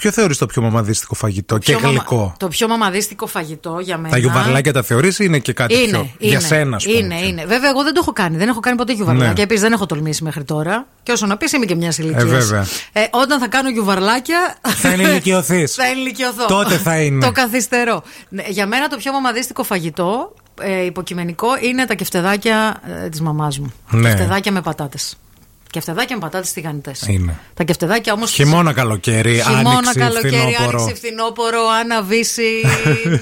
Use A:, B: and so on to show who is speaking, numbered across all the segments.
A: Ποιο θεωρείς το πιο μαμαδίστικο φαγητό και
B: πιο μαμα-
A: γλυκό.
B: Το πιο μαμαδίστικο φαγητό για μένα.
A: Τα γιουβαρλάκια τα θεωρείς ή είναι και κάτι
B: είναι,
A: πιο.
B: είναι,
A: για σένα, ας πούμε.
B: Είναι, είναι. Βέβαια, εγώ δεν το έχω κάνει. Δεν έχω κάνει ποτέ γιουβαρλάκια.
A: Ναι.
B: Επίσης, δεν έχω τολμήσει μέχρι τώρα. Και όσο να πεις, είμαι και μιας ηλικίας.
A: Ε, βέβαια.
B: όταν θα κάνω γιουβαρλάκια.
A: Θα ενηλικιωθείς.
B: θα ενηλικιωθώ.
A: Τότε θα είναι.
B: το καθυστερώ. Ναι, Για μένα το πιο μαμαδίστικο φαγητό, ε, υποκειμενικό, είναι τα κεφτεδάκια ε, της μαμάς μου.
A: Ναι.
B: Κεφτεδάκια με πατάτες. Κεφτεδάκια με πατάτες τηγανιτές.
A: Είναι.
B: Τα κεφτεδάκια όμως.
A: Χειμώνα, καλοκαίρι,
B: Χειμώνα,
A: Ε, άνοιξη,
B: καλοκαίρι,
A: φθινόπωρο.
B: άνοιξη, φθινόπωρο, αναβίση,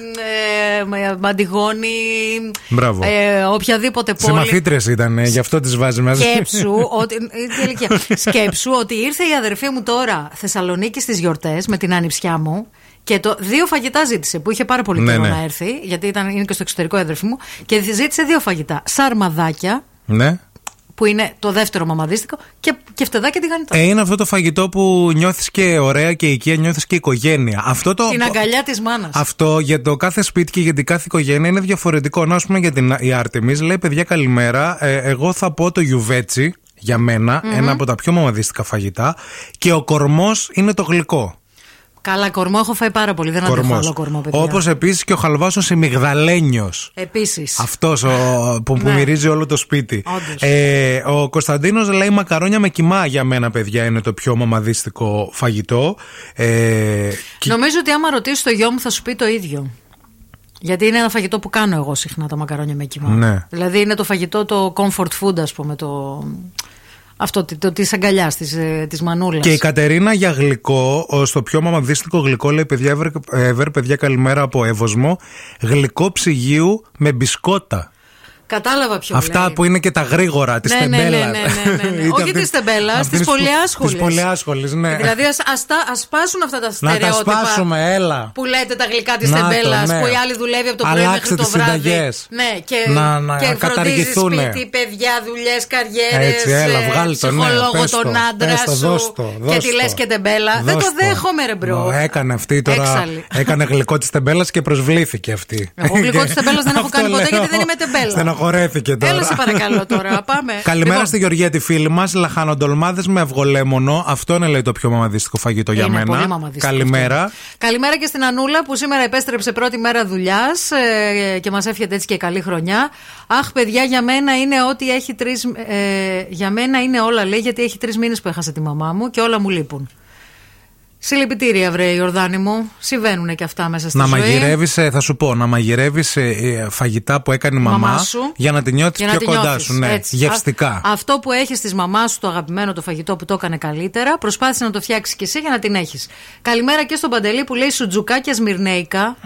B: ε, μαντιγόνη,
A: Μπράβο.
B: ε, οποιαδήποτε
A: Σε
B: πόλη.
A: μαθήτρε ήταν, ε, γι' αυτό τις βάζει μαζί.
B: Σκέψου ότι, ε, τι ηλικία. σκέψου ότι ήρθε η αδερφή μου τώρα Θεσσαλονίκη στις γιορτές με την ανιψιά μου και το δύο φαγητά ζήτησε που είχε πάρα πολύ
A: Ναι,
B: καιρό
A: ναι.
B: να έρθει γιατί ήταν, είναι και στο εξωτερικό η αδερφή μου και ζήτησε δύο φαγητά. Σαρμαδάκια
A: ναι.
B: που είναι το δεύτερο μαμαδίστικο και κεφτεδάκια τηγανιτά.
A: Ε, είναι αυτό το φαγητό που νιώθεις και ωραία και οικία, νιώθεις και οικογένεια. Αυτό το.
B: την αγκαλιά της μάνας.
A: Αυτό για το κάθε σπίτι και για την κάθε οικογένεια είναι διαφορετικό. Να, α πούμε, για την η Άρτεμις λέει: Παιδιά, καλημέρα. Ε, εγώ θα πω το γιουβέτσι για μενα ένα από τα πιο μαμαδίστικα φαγητά. Και ο κορμός είναι το γλυκό.
B: Καλά, κορμό έχω φάει πάρα πολύ. Δεν αντέχω
A: Κορμός.
B: άλλο κορμό, παιδιά.
A: Όπως επίσης και ο χαλβά ο Σιμιγδαλένιο.
B: Επίσης.
A: Αυτός που, που
B: Ναι.
A: μυρίζει όλο το σπίτι.
B: Όντως.
A: Ε, ο Κωνσταντίνος λέει μακαρόνια με κοιμά για μένα, παιδιά, είναι το πιο μαμαδίστικο φαγητό. Ε, και-
B: Νομίζω ότι άμα ρωτήσεις το γιο μου θα σου πει το ίδιο. Γιατί είναι ένα φαγητό που κάνω εγώ συχνά τα μακαρόνια με κοιμά.
A: Ναι.
B: Δηλαδή είναι το φαγητό το comfort food, ας πούμε, το. Αυτό το, το, τη αγκαλιάς, της ε, της μανούλας.
A: Και η Κατερίνα για γλυκό, ο- στο πιο μαμαδίστικο γλυκό, λέει παιδιά, ever, ever, παιδιά καλημέρα από Εύωσμο, γλυκό ψυγείου με μπισκότα.
B: Κατάλαβα ποιο.
A: Αυτά
B: λέει.
A: που είναι και τα γρήγορα, της
B: Ναι, ναι, ναι,
A: τεμπέλα.
B: ναι, ναι, ναι, ναι. Όχι της τεμπέλας, της πολυάσχολης.
A: Της πολυάσχολης, ναι.
B: Δηλαδή, ας σπάσουν αυτά τα
A: Να τα
B: στερεότυπα.
A: σπάσουμε, έλα.
B: Που λέτε τα γλυκά της
A: Να το,
B: τεμπέλα
A: ναι.
B: που η άλλη δουλεύει από το πρωί
A: Αλλάξτε
B: μέχρι το
A: τις
B: βράδυ.
A: συνταγές.
B: Ναι, και,
A: Να- να
B: και φροντίζεις
A: καταργηθούνε.
B: σπίτι, παιδιά, δουλειές, καριέρες.
A: Έτσι, έλα, βγάλ' το, ναι,
B: ψυχολόγο,
A: πες
B: τον
A: το,
B: άντρα
A: πες το,
B: σου.
A: δώσ' το, δώσ'
B: και τη λε
A: το.
B: και τεμπέλα. Δεν
A: Δώσ'
B: το δέχομαι, ρε μπρο.
A: Ω, Έκανε αυτή τώρα.
B: Έξαλλη.
A: Έκανε γλυκό της τεμπέλας και προσβλήθηκε αυτή.
B: Εγώ γλυκό της τεμπέλας δεν έχω
A: Αυτό
B: κάνει ποτέ,
A: λέω.
B: γιατί δεν είμαι τεμπέλα.
A: Στενοχωρέθηκε τώρα.
B: Έλα σε παρακαλώ τώρα, πάμε.
A: Καλημέρα
B: Λοιπόν,
A: στη Γεωργία τη φίλη μας. Λαχανοντολμάδες με αυγολέμονο. Αυτό είναι λέει το πιο μαμαδίστικο φαγητό για
B: είναι
A: μένα.
B: πολύ μαμαδίστικο
A: Καλημέρα.
B: αυτό. Καλημέρα και στην Ανούλα που σήμερα επέστρεψε πρώτη μέρα δουλειάς και μας εύχεται έτσι και καλή χρονιά. Αχ, παιδιά, για μένα είναι ό,τι έχει τρεις. Ε, για μένα είναι όλα, λέει, γιατί έχει τρεις μήνες που έχασα τη μαμά μου και όλα μου λείπουν. Συλληπιτήρια, βρε Ιορδάνη μου. Συμβαίνουν και αυτά μέσα στη
A: Να
B: ζωή.
A: μαγειρεύεις, θα σου πω, να μαγειρεύεις φαγητά που έκανε η μαμά,
B: Μαμά σου.
A: για να τη νιώθεις
B: Για να
A: πιο
B: τη
A: κοντά
B: νιώθεις,
A: σου. Ναι,
B: έτσι.
A: γευστικά.
B: Α- αυτό που έχεις της μαμάς σου, το αγαπημένο το φαγητό που το έκανε καλύτερα, προσπάθησε να το φτιάξεις κι εσύ για να την έχεις. Καλημέρα και στον Παντελή που λέει σουτζουκάκια σμυρνέικα.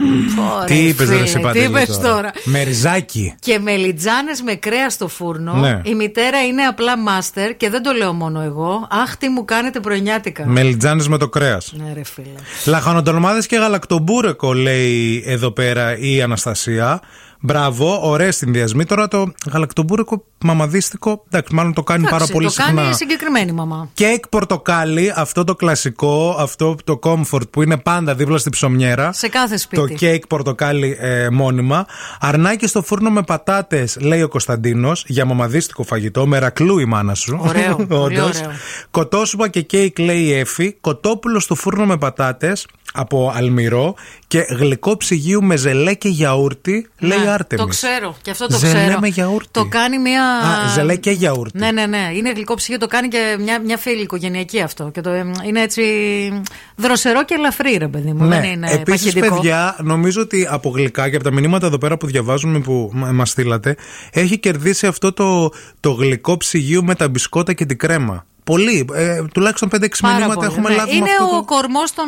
B: Ωραία,
A: τι είπες,
B: φίλε,
A: Ρε Σιπαντήλη,
B: Τι είπες τώρα.
A: Με ριζάκι.
B: Και μελιτζάνε με κρέα στο φούρνο.
A: Ναι.
B: Η μητέρα είναι απλά μάστερ και δεν το λέω μόνο εγώ. Αχ, τι μου κάνετε πρωινιάτικα.
A: Μελιτζάνε με το κρέας.
B: Ναι, ρε φίλε.
A: Λαχανοτολμάδε και γαλακτομπούρεκο, λέει εδώ πέρα η Αναστασία. Μπράβο, ωραίες συνδυασμοί. Τώρα το γαλακτομπούρεκο μαμαδίστικο, εντάξει, μάλλον το κάνει
B: Εντάξει,
A: πάρα πολύ
B: το
A: συχνά.
B: κάνει η συγκεκριμένη μαμά.
A: Κέικ πορτοκάλι, αυτό το κλασικό, αυτό το comfort που είναι πάντα δίπλα στη ψωμιέρα.
B: Σε κάθε
A: Το
B: σπίτι.
A: κέικ πορτοκάλι ε, μόνιμα. Αρνάκι στο φούρνο με πατάτες, λέει ο Κωνσταντίνος, για μαμαδίστικο φαγητό. Μερακλού η μάνα σου.
B: Ωραίο, πολύ
A: Όντως.
B: ωραίο.
A: Κοτόσουπα και κέικ, λέει η Εφη. Κοτόπουλο στο φούρνο με πατάτες από αλμυρό. Και γλυκό ψυγείου με ζελέ και γιαούρτι, λέει
B: Ναι,
A: η Άρτεμις.
B: Το ξέρω και αυτό το
A: Ζελέ
B: ξέρω.
A: με γιαούρτι.
B: Το κάνει μια.
A: Α, ζελέ και γιαούρτι.
B: Ναι, ναι, ναι. Είναι γλυκό ψυγείο, το κάνει και μια, μια φίλη οικογενειακή αυτό. Και το, εμ, είναι έτσι δροσερό και ελαφρύ, ρε παιδί μου.
A: Ναι.
B: Δεν είναι
A: Επίσης,
B: παχυντικό.
A: παιδιά, νομίζω ότι από γλυκά και από τα μηνύματα εδώ πέρα που διαβάζουμε που μας στείλατε, έχει κερδίσει αυτό το, το γλυκό ψυγείο με τα μπισκότα και την κρέμα. Πολύ. Ε, τουλάχιστον 5-6
B: Πάρα
A: μηνύματα
B: πολύ,
A: έχουμε
B: ναι.
A: λάβει με
B: Είναι
A: αυτό
B: ο
A: το-
B: κορμός των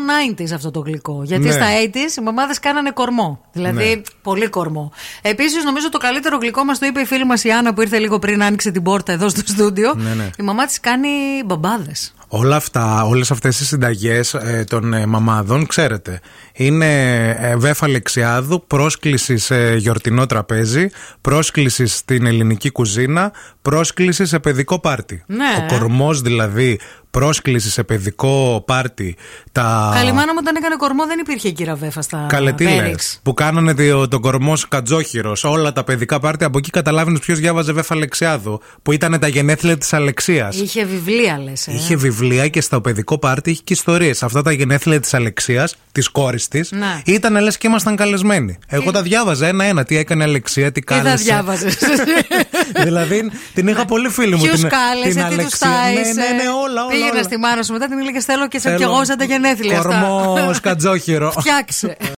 B: 90s αυτό το γλυκό. Γιατί
A: Ναι.
B: στα 80s οι μαμάδες κάνανε κορμό. Δηλαδή, πολύ κορμό. Επίσης, νομίζω το καλύτερο γλυκό μας το είπε η φίλη μας η Άννα που ήρθε λίγο πριν, άνοιξε την πόρτα εδώ στο στούντιο.
A: Ναι, ναι.
B: Η μαμά της κάνει μπαμπάδες.
A: Όλα αυτά, όλες αυτές οι συνταγές ε, των ε, μαμάδων, ξέρετε, είναι ε, βέφα λεξιάδου, πρόσκληση σε γιορτινό τραπέζι, πρόσκληση στην ελληνική κουζίνα, πρόσκληση σε παιδικό πάρτι.
B: Ναι.
A: Ο κορμός δηλαδή πρόσκληση σε παιδικό πάρτι. Τα...
B: Καλημάνα μου όταν έκανε κορμό δεν υπήρχε κύρα Βέφα στα
A: Καλετήλε
B: Πέριξ.
A: που κάνανε διο- τον κορμό Κατζόχυρος, όλα τα παιδικά πάρτι. Από εκεί καταλάβαινες ποιος διάβαζε Βέφα Αλεξιάδου, που ήταν τα γενέθλια της Αλεξίας.
B: Είχε βιβλία λες ε.
A: Είχε βιβλία και στο παιδικό πάρτι είχε και ιστορίες. Αυτά τα γενέθλια της Αλεξίας, της κόρης της,
B: Ναι.
A: ήταν λες και ήμασταν καλεσμένοι. Εγώ τα διάβαζα ένα-ένα. Τι έκανε η Αλεξία, τι
B: Τι θα
A: κάλεσε.
B: διάβαζες
A: δηλαδή την είχα πολύ φίλη μου.
B: Ποιους
A: την- την
B: κάλεσε, τι τους
A: Αλεξία.
B: τάισε.
A: Ναι, ναι, ναι, όλα, όλα.
B: Πήγαινε
A: όλα.
B: στη μάνα σου μετά την έλεγε Θέλω και
A: Θέλω
B: κι εγώ σαν τα γενέθλια. αυτά».
A: Κορμό, κατζόχυρο.
B: Φτιάξε.